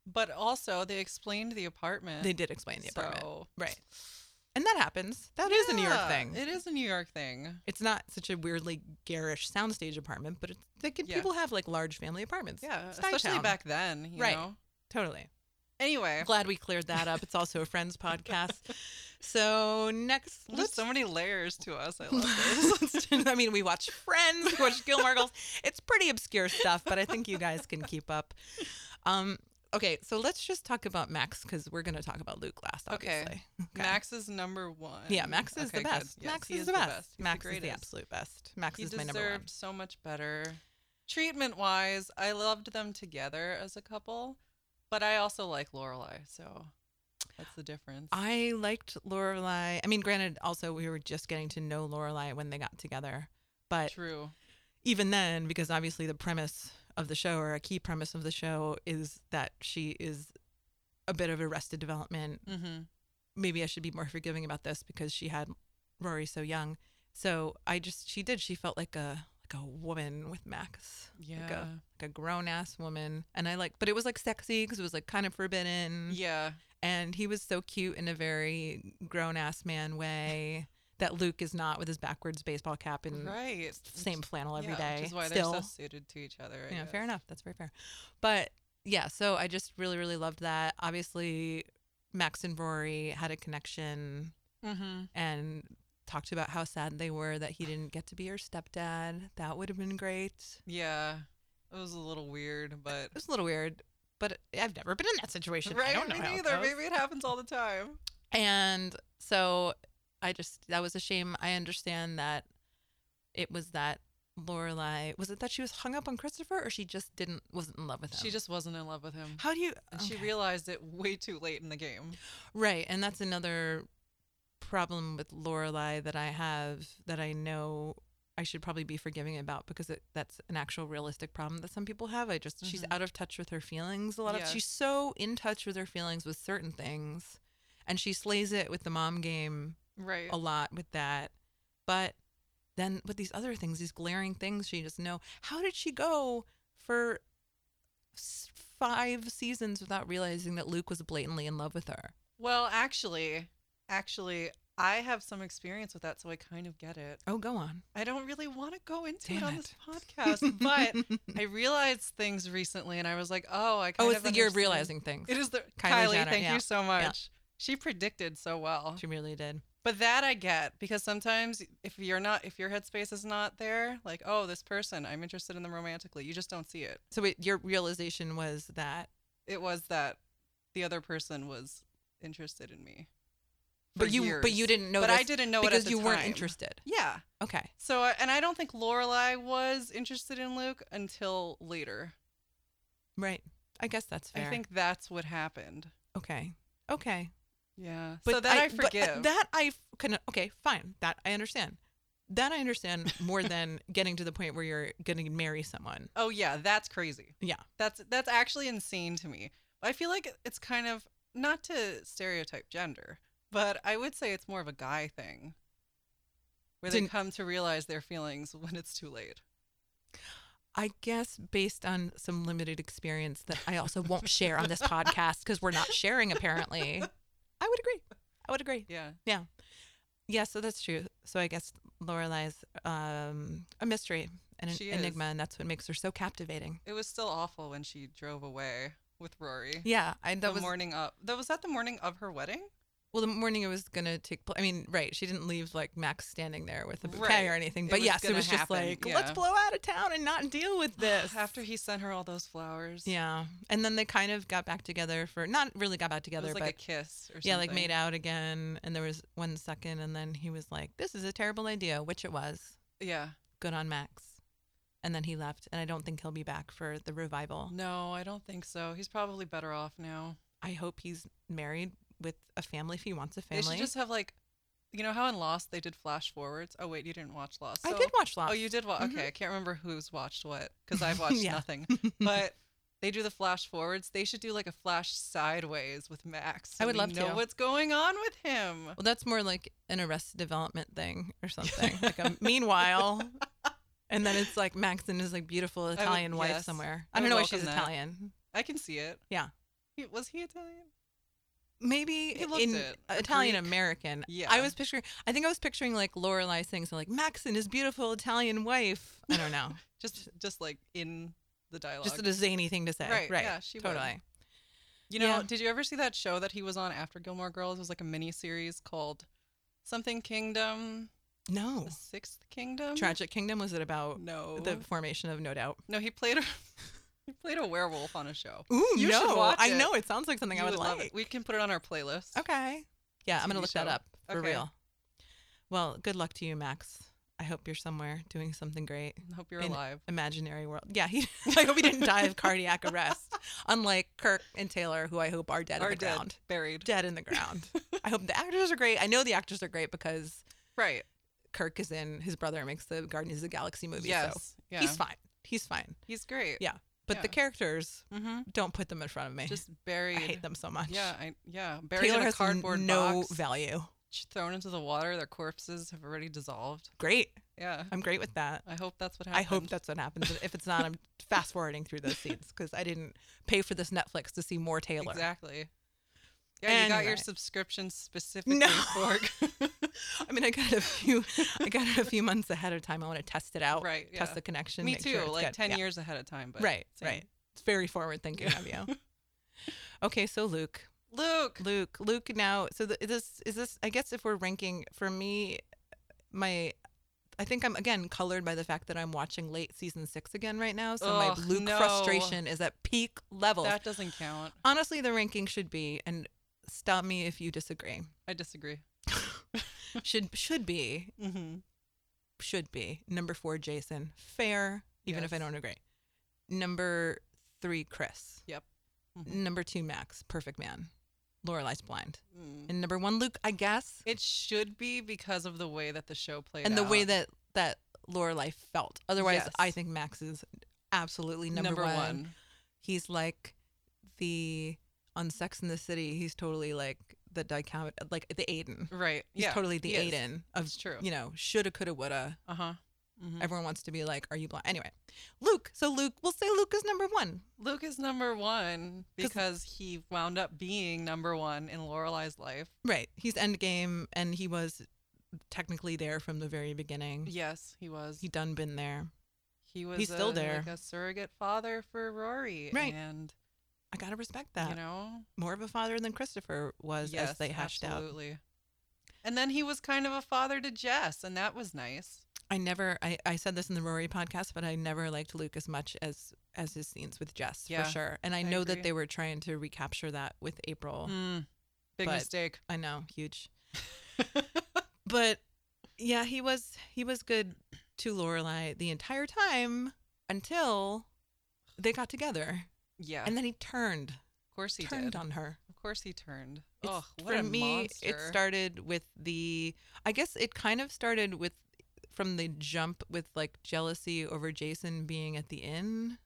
[SPEAKER 2] But also, they explained the apartment.
[SPEAKER 1] They did explain the apartment.
[SPEAKER 2] So,
[SPEAKER 1] Right. And that happens. That is a New York
[SPEAKER 2] Yeah,
[SPEAKER 1] thing.
[SPEAKER 2] It is a New York thing.
[SPEAKER 1] It's not such a weirdly garish soundstage apartment, but it's, they can,
[SPEAKER 2] Yeah.
[SPEAKER 1] people have like large family apartments.
[SPEAKER 2] Yeah,
[SPEAKER 1] It's
[SPEAKER 2] especially
[SPEAKER 1] Stuytown.
[SPEAKER 2] back then. You
[SPEAKER 1] Right.
[SPEAKER 2] Know?
[SPEAKER 1] Totally.
[SPEAKER 2] Anyway,
[SPEAKER 1] Glad we cleared that up. It's also a friends podcast. So next,
[SPEAKER 2] there's
[SPEAKER 1] let's.
[SPEAKER 2] so many layers to us. I love this.
[SPEAKER 1] let's do- I mean, we watch Friends, we watch Gilmore Girls. It's pretty obscure stuff, but I think you guys can keep up. Um, okay, so let's just talk about Max because we're going to talk about Luke last.
[SPEAKER 2] Okay.
[SPEAKER 1] Obviously.
[SPEAKER 2] Max is number one.
[SPEAKER 1] Yeah, Max is
[SPEAKER 2] Okay,
[SPEAKER 1] the
[SPEAKER 2] good.
[SPEAKER 1] best.
[SPEAKER 2] Yes,
[SPEAKER 1] Max
[SPEAKER 2] he
[SPEAKER 1] is, the best. Max
[SPEAKER 2] He's
[SPEAKER 1] is the
[SPEAKER 2] greatest.
[SPEAKER 1] absolute best. Max
[SPEAKER 2] He
[SPEAKER 1] is my number one.
[SPEAKER 2] deserved so much better. Treatment wise, I loved them together as a couple, but I also like Lorelai, so that's the difference.
[SPEAKER 1] I liked Lorelai. I mean, granted, also we were just getting to know Lorelai when they got together, but
[SPEAKER 2] True.
[SPEAKER 1] even then, because obviously the premise of the show or a key premise of the show is that she is a bit of arrested development.
[SPEAKER 2] Mm-hmm.
[SPEAKER 1] Maybe I should be more forgiving about this because she had Rory so young. So I just she did. She felt like a like a woman with Max,
[SPEAKER 2] Yeah.
[SPEAKER 1] go. like a grown ass woman, and I like. But it was like sexy because it was like kind of forbidden
[SPEAKER 2] Yeah.
[SPEAKER 1] and he was so cute in a very grown ass man way that Luke is not with his backwards baseball cap and
[SPEAKER 2] Right.
[SPEAKER 1] same flannel every day.
[SPEAKER 2] yeah, Which is why
[SPEAKER 1] Still,
[SPEAKER 2] they're so suited to each other. I
[SPEAKER 1] yeah,
[SPEAKER 2] guess.
[SPEAKER 1] fair enough. That's very fair. But yeah, so I just really, really loved that. Obviously, Max and Rory had a connection
[SPEAKER 2] Mm-hmm.
[SPEAKER 1] and talked about how sad they were that he didn't get to be her stepdad. That would have been great.
[SPEAKER 2] Yeah. It was a little weird, but
[SPEAKER 1] It was a little weird, but I've never been in that situation. Oh, I
[SPEAKER 2] right,
[SPEAKER 1] don't know
[SPEAKER 2] me
[SPEAKER 1] how it
[SPEAKER 2] neither.
[SPEAKER 1] goes.
[SPEAKER 2] Maybe it happens all the time.
[SPEAKER 1] And so I just that was a shame. I understand that it was that Lorelai was it that she was hung up on Christopher or she just didn't wasn't in love with him.
[SPEAKER 2] She just wasn't in love with him,
[SPEAKER 1] how do you
[SPEAKER 2] and she
[SPEAKER 1] okay.
[SPEAKER 2] realized it way too late in the game.
[SPEAKER 1] right? And that's another problem with Lorelai that I have that I know I should probably be forgiving about because it, that's an actual realistic problem that some people have. I just she's
[SPEAKER 2] Mhm.
[SPEAKER 1] out of touch with her feelings a lot
[SPEAKER 2] Yeah.
[SPEAKER 1] of she's so in touch with her feelings with certain things, and she slays it with the mom game
[SPEAKER 2] Right.
[SPEAKER 1] a lot with that. But then with these other things, these glaring things, she just know how did she go for s- five seasons without realizing that Luke was blatantly in love with her?
[SPEAKER 2] Well, actually, actually, I have some experience with that, so I kind of get it.
[SPEAKER 1] Oh, go on.
[SPEAKER 2] I don't really want to go into it
[SPEAKER 1] Damn
[SPEAKER 2] on
[SPEAKER 1] it.
[SPEAKER 2] this podcast, but I realized things recently, and I was like, oh, I kind
[SPEAKER 1] oh,
[SPEAKER 2] of
[SPEAKER 1] it's the year of
[SPEAKER 2] understand.
[SPEAKER 1] realizing things.
[SPEAKER 2] It is the
[SPEAKER 1] Kylie
[SPEAKER 2] Kylie.
[SPEAKER 1] Jenner,
[SPEAKER 2] thank
[SPEAKER 1] yeah.
[SPEAKER 2] you so much. She predicted so well,
[SPEAKER 1] She really did.
[SPEAKER 2] but that I get because sometimes if you're not, if your headspace is not there, like, oh, this person, I'm interested in them romantically, you just don't see it.
[SPEAKER 1] So wait, your realization was that
[SPEAKER 2] It was that the other person was interested in me. for
[SPEAKER 1] but you but
[SPEAKER 2] years.
[SPEAKER 1] you didn't know
[SPEAKER 2] But I didn't know it at
[SPEAKER 1] because
[SPEAKER 2] the
[SPEAKER 1] you weren't
[SPEAKER 2] time.
[SPEAKER 1] interested.
[SPEAKER 2] Yeah.
[SPEAKER 1] Okay.
[SPEAKER 2] So I- and I don't think Lorelai was interested in Luke until later.
[SPEAKER 1] Right. I guess that's fair.
[SPEAKER 2] I think that's what happened.
[SPEAKER 1] okay. Okay.
[SPEAKER 2] Yeah. so that I,
[SPEAKER 1] but, uh,
[SPEAKER 2] forgive.
[SPEAKER 1] that I f- can okay, fine. That I understand. That I understand more than getting to the point where you're going to marry someone.
[SPEAKER 2] oh yeah, that's crazy.
[SPEAKER 1] Yeah.
[SPEAKER 2] That's that's actually insane to me. I feel like it's kind of not to stereotype gender, but I would say it's more of a guy thing. Where they
[SPEAKER 1] Didn't-
[SPEAKER 2] come to realize their feelings when it's too late.
[SPEAKER 1] I guess based on some limited experience that I also won't share on this podcast because we're not sharing apparently. I would agree. I would agree.
[SPEAKER 2] Yeah.
[SPEAKER 1] Yeah, so that's true. So I guess Lorelai's um, a mystery and an
[SPEAKER 2] She is. Mm-hmm.
[SPEAKER 1] enigma, and that's what makes her so captivating.
[SPEAKER 2] It was still awful when she drove away with Rory.
[SPEAKER 1] Yeah, I,
[SPEAKER 2] The
[SPEAKER 1] that was
[SPEAKER 2] morning up. That was that the morning of her wedding?
[SPEAKER 1] well. The morning it was gonna take. Pl- I mean, right? She didn't leave like Max standing there with a bouquet or
[SPEAKER 2] Right.
[SPEAKER 1] anything.
[SPEAKER 2] It
[SPEAKER 1] But
[SPEAKER 2] was
[SPEAKER 1] yes, it
[SPEAKER 2] gonna
[SPEAKER 1] was just
[SPEAKER 2] happen,
[SPEAKER 1] like let's
[SPEAKER 2] yeah.
[SPEAKER 1] blow out of town and not deal with this
[SPEAKER 2] After he sent her all those flowers.
[SPEAKER 1] Yeah, and then they kind of got back together for not really got back
[SPEAKER 2] It
[SPEAKER 1] together,
[SPEAKER 2] was like
[SPEAKER 1] but
[SPEAKER 2] a kiss or something.
[SPEAKER 1] yeah, like made out again. And there was one second, and then he was like, "This is a terrible idea," which it was.
[SPEAKER 2] Yeah.
[SPEAKER 1] Good on Max. And then he left, and I don't think he'll be back for the revival.
[SPEAKER 2] No, I don't think so. He's probably better off now.
[SPEAKER 1] I hope he's married with a family if he wants a
[SPEAKER 2] They
[SPEAKER 1] family.
[SPEAKER 2] should just have like, you know how in Lost they did flash forwards. Oh wait, you didn't watch Lost.
[SPEAKER 1] I
[SPEAKER 2] So-
[SPEAKER 1] did watch Lost.
[SPEAKER 2] Oh, you did watch.
[SPEAKER 1] Mhm.
[SPEAKER 2] Okay, I can't remember who's watched what because I've watched
[SPEAKER 1] Yeah.
[SPEAKER 2] nothing. But they do the flash forwards. They should do like a flash sideways with Max.
[SPEAKER 1] I
[SPEAKER 2] so
[SPEAKER 1] would
[SPEAKER 2] we
[SPEAKER 1] love
[SPEAKER 2] know
[SPEAKER 1] to.
[SPEAKER 2] what's going on with him.
[SPEAKER 1] Well, that's more like an Arrested Development thing or something. like a meanwhile, and then it's like Max and his like beautiful Italian wife
[SPEAKER 2] yes.
[SPEAKER 1] somewhere.
[SPEAKER 2] I
[SPEAKER 1] I, don't
[SPEAKER 2] would
[SPEAKER 1] know why she's
[SPEAKER 2] welcome that.
[SPEAKER 1] Italian.
[SPEAKER 2] I can see it.
[SPEAKER 1] Yeah.
[SPEAKER 2] He, was he Italian?
[SPEAKER 1] Maybe
[SPEAKER 2] He looked
[SPEAKER 1] in
[SPEAKER 2] it, or
[SPEAKER 1] Italian
[SPEAKER 2] Greek.
[SPEAKER 1] American. I
[SPEAKER 2] Yeah.
[SPEAKER 1] was picturing. I think I was picturing like Lorelai things like Max and his beautiful Italian wife. I don't know.
[SPEAKER 2] Just just like in the dialogue.
[SPEAKER 1] Just a zany thing to say.
[SPEAKER 2] Right,
[SPEAKER 1] Right.
[SPEAKER 2] yeah, she would.
[SPEAKER 1] totally.
[SPEAKER 2] You know,
[SPEAKER 1] Yeah.
[SPEAKER 2] did you ever see that show that he was on after Gilmore Girls? It was like a mini series called Something Kingdom,
[SPEAKER 1] No.
[SPEAKER 2] The Sixth Kingdom.
[SPEAKER 1] Tragic Kingdom was it about
[SPEAKER 2] No,
[SPEAKER 1] the formation of No Doubt?
[SPEAKER 2] no, he played a he played a werewolf on a show.
[SPEAKER 1] Ooh,
[SPEAKER 2] You should
[SPEAKER 1] no.
[SPEAKER 2] watch
[SPEAKER 1] I
[SPEAKER 2] it.
[SPEAKER 1] know it sounds like something
[SPEAKER 2] You
[SPEAKER 1] I would, like. Oh,
[SPEAKER 2] love it. We can put it on our playlist.
[SPEAKER 1] Okay. Yeah, I'm gonna
[SPEAKER 2] TV
[SPEAKER 1] look that
[SPEAKER 2] show.
[SPEAKER 1] up for
[SPEAKER 2] Okay.
[SPEAKER 1] real. Well, good luck to you, Max. I hope you're somewhere doing something great.
[SPEAKER 2] Hope you're
[SPEAKER 1] In-
[SPEAKER 2] alive.
[SPEAKER 1] Imaginary world. Yeah, he. I hope he didn't die of cardiac arrest, unlike Kirk and Taylor, who I hope are dead in
[SPEAKER 2] Are
[SPEAKER 1] the
[SPEAKER 2] dead,
[SPEAKER 1] ground.
[SPEAKER 2] buried.
[SPEAKER 1] Dead in the ground. I hope the actors are great. I know the actors are great because
[SPEAKER 2] Right.
[SPEAKER 1] Kirk is in his brother makes the Guardians of the Galaxy movie.
[SPEAKER 2] yes.
[SPEAKER 1] So
[SPEAKER 2] Yeah.
[SPEAKER 1] he's fine. He's fine.
[SPEAKER 2] He's great.
[SPEAKER 1] Yeah. But the
[SPEAKER 2] Yeah.
[SPEAKER 1] characters
[SPEAKER 2] Mm-hmm.
[SPEAKER 1] don't put them in front of me.
[SPEAKER 2] Just buried.
[SPEAKER 1] I hate them so much.
[SPEAKER 2] Yeah. I, yeah. Buried
[SPEAKER 1] Taylor
[SPEAKER 2] in a
[SPEAKER 1] has n-
[SPEAKER 2] cardboard
[SPEAKER 1] no
[SPEAKER 2] box.
[SPEAKER 1] value.
[SPEAKER 2] Thrown into the water. Their corpses have already dissolved.
[SPEAKER 1] Great.
[SPEAKER 2] Yeah.
[SPEAKER 1] I'm great with that.
[SPEAKER 2] I hope that's what
[SPEAKER 1] I
[SPEAKER 2] happened.
[SPEAKER 1] hope that's what happens. If it's not, I'm fast forwarding through those scenes because I didn't pay for this Netflix to see more Taylor.
[SPEAKER 2] Exactly. Yeah, you got your
[SPEAKER 1] Anyway.
[SPEAKER 2] subscription specifically
[SPEAKER 1] No.
[SPEAKER 2] for
[SPEAKER 1] I mean, I got it a few, I got it a few months ahead of time. I want to test it out,
[SPEAKER 2] right. Yeah.
[SPEAKER 1] test the connection.
[SPEAKER 2] Me
[SPEAKER 1] make
[SPEAKER 2] too.
[SPEAKER 1] sure it's
[SPEAKER 2] like
[SPEAKER 1] good.
[SPEAKER 2] ten
[SPEAKER 1] Yeah.
[SPEAKER 2] years ahead of time, but
[SPEAKER 1] Right,
[SPEAKER 2] same.
[SPEAKER 1] right. It's very forward thinking of you. Okay, so Luke,
[SPEAKER 2] Luke.
[SPEAKER 1] Luke, Luke. Now, so the, this is this. I guess if we're ranking for me, my. I think I'm again colored by the fact that I'm watching late season six again right now. So
[SPEAKER 2] Ugh,
[SPEAKER 1] my Luke
[SPEAKER 2] no.
[SPEAKER 1] frustration is at peak levels.
[SPEAKER 2] That doesn't count.
[SPEAKER 1] honestly the ranking should be and stop me if you disagree
[SPEAKER 2] I disagree.
[SPEAKER 1] should should be
[SPEAKER 2] Mm-hmm.
[SPEAKER 1] should be number four jason fair even if i
[SPEAKER 2] Yes.
[SPEAKER 1] don't agree number three chris
[SPEAKER 2] Yep. Mhm.
[SPEAKER 1] number two max perfect man Lorelai's blind and number one luke i guess
[SPEAKER 2] Mm. It should be because of the way that the show played
[SPEAKER 1] and the way
[SPEAKER 2] out.
[SPEAKER 1] that that Lorelai felt otherwise
[SPEAKER 2] Yes.
[SPEAKER 1] i think max is absolutely number,
[SPEAKER 2] number
[SPEAKER 1] one.
[SPEAKER 2] one.
[SPEAKER 1] he's like the on sex in the city he's totally like the dichot like the aiden
[SPEAKER 2] right?
[SPEAKER 1] He's
[SPEAKER 2] yeah,
[SPEAKER 1] totally the
[SPEAKER 2] he is.
[SPEAKER 1] Aiden of
[SPEAKER 2] It's true.
[SPEAKER 1] you Mm-hmm. know shoulda coulda woulda.
[SPEAKER 2] Uh huh. Mhm.
[SPEAKER 1] Everyone wants to be like, are you blind? Anyway, Luke. So Luke, we'll say Luke is number one.
[SPEAKER 2] Luke is number one
[SPEAKER 1] 'Cause-
[SPEAKER 2] because he wound up being number one in Lorelai's life.
[SPEAKER 1] Right. He's Endgame, and he was technically there from the very beginning.
[SPEAKER 2] Yes, he was.
[SPEAKER 1] He done been there.
[SPEAKER 2] he was
[SPEAKER 1] He's still
[SPEAKER 2] a-
[SPEAKER 1] there.
[SPEAKER 2] like a surrogate father for Rory,
[SPEAKER 1] Right.
[SPEAKER 2] And
[SPEAKER 1] I gotta respect that.
[SPEAKER 2] you know,
[SPEAKER 1] More of a father than Christopher was,
[SPEAKER 2] yes,
[SPEAKER 1] as they hashed out.
[SPEAKER 2] absolutely. And then he was kind of a father to Jess, and that was nice.
[SPEAKER 1] I never. I, I said this in the Rory podcast, but I never liked Luke as much as as his scenes with Jess
[SPEAKER 2] Yeah,
[SPEAKER 1] for sure. And I,
[SPEAKER 2] I
[SPEAKER 1] know that
[SPEAKER 2] agree.
[SPEAKER 1] they were trying to recapture that with April.
[SPEAKER 2] Mm, big
[SPEAKER 1] But-
[SPEAKER 2] mistake.
[SPEAKER 1] I know, huge. but yeah, he was he was good to Lorelai the entire time until they got together,
[SPEAKER 2] Yeah.
[SPEAKER 1] and then he turned
[SPEAKER 2] of course he
[SPEAKER 1] turned
[SPEAKER 2] did.
[SPEAKER 1] on her.
[SPEAKER 2] Of course he turned.
[SPEAKER 1] It's-
[SPEAKER 2] Oh, what
[SPEAKER 1] for
[SPEAKER 2] a
[SPEAKER 1] me,
[SPEAKER 2] monster.
[SPEAKER 1] it started with the. I guess it kind of started with from the jump with like jealousy over Jason being at the inn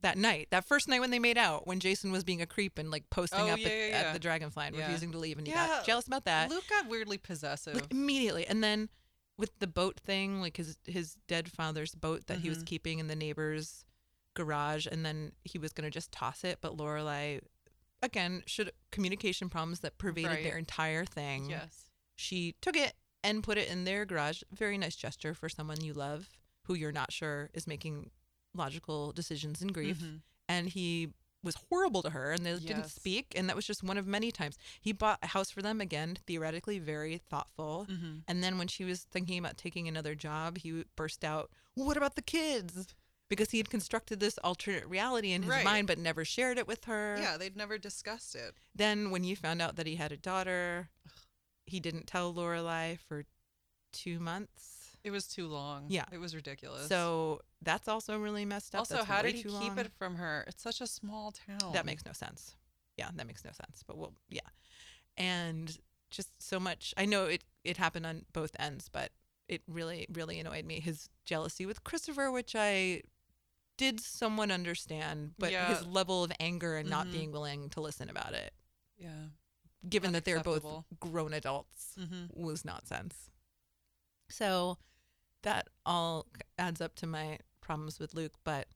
[SPEAKER 1] that night, that first night when they made out, when Jason was being a creep and like posting
[SPEAKER 2] Oh,
[SPEAKER 1] up
[SPEAKER 2] yeah,
[SPEAKER 1] at,
[SPEAKER 2] yeah,
[SPEAKER 1] at
[SPEAKER 2] yeah.
[SPEAKER 1] the Dragonfly and
[SPEAKER 2] Yeah.
[SPEAKER 1] refusing to leave, and he
[SPEAKER 2] Yeah,
[SPEAKER 1] got jealous about that
[SPEAKER 2] Luke got weirdly possessive.
[SPEAKER 1] like, immediately, and then with the boat thing, like his his dead father's boat that he
[SPEAKER 2] Mm-hmm.
[SPEAKER 1] was keeping in the neighbor's garage, and then he was gonna just toss it, but Lorelai. Again, should communication problems that pervaded
[SPEAKER 2] Right.
[SPEAKER 1] their entire thing
[SPEAKER 2] yes.
[SPEAKER 1] she took it and put it in their garage. Very nice gesture for someone you love who you're not sure is making logical decisions in grief.
[SPEAKER 2] Mhm.
[SPEAKER 1] And he was horrible to her and they didn't
[SPEAKER 2] Yes.
[SPEAKER 1] speak. And that was just one of many times. He bought a house for them again, theoretically very thoughtful.
[SPEAKER 2] Mhm.
[SPEAKER 1] And then when she was thinking about taking another job, he burst out, well, What about the kids? Because he had constructed this alternate reality in his
[SPEAKER 2] Right.
[SPEAKER 1] mind but never shared it with her.
[SPEAKER 2] Yeah, they'd never discussed it.
[SPEAKER 1] Then, when you found out that he had a daughter, he didn't tell Lorelai for two months.
[SPEAKER 2] It was too long.
[SPEAKER 1] Yeah.
[SPEAKER 2] It was ridiculous.
[SPEAKER 1] So that's also really messed up.
[SPEAKER 2] also,
[SPEAKER 1] That's
[SPEAKER 2] how
[SPEAKER 1] way
[SPEAKER 2] did he
[SPEAKER 1] too
[SPEAKER 2] keep
[SPEAKER 1] long.
[SPEAKER 2] it from her? It's such a small town.
[SPEAKER 1] That makes no sense. Yeah, that makes no sense. But we'll, yeah, and just so much. I know it it happened on both ends, but it really really annoyed me. His jealousy with Christopher, which I did somewhat understand, but
[SPEAKER 2] Yeah.
[SPEAKER 1] his level of anger and not
[SPEAKER 2] Mhm.
[SPEAKER 1] being willing to listen about it,
[SPEAKER 2] Yeah.
[SPEAKER 1] given that they're both
[SPEAKER 2] Unacceptable.
[SPEAKER 1] grown adults.
[SPEAKER 2] Mm-hmm.
[SPEAKER 1] was nonsense. So that all adds up to my problems with Luke, but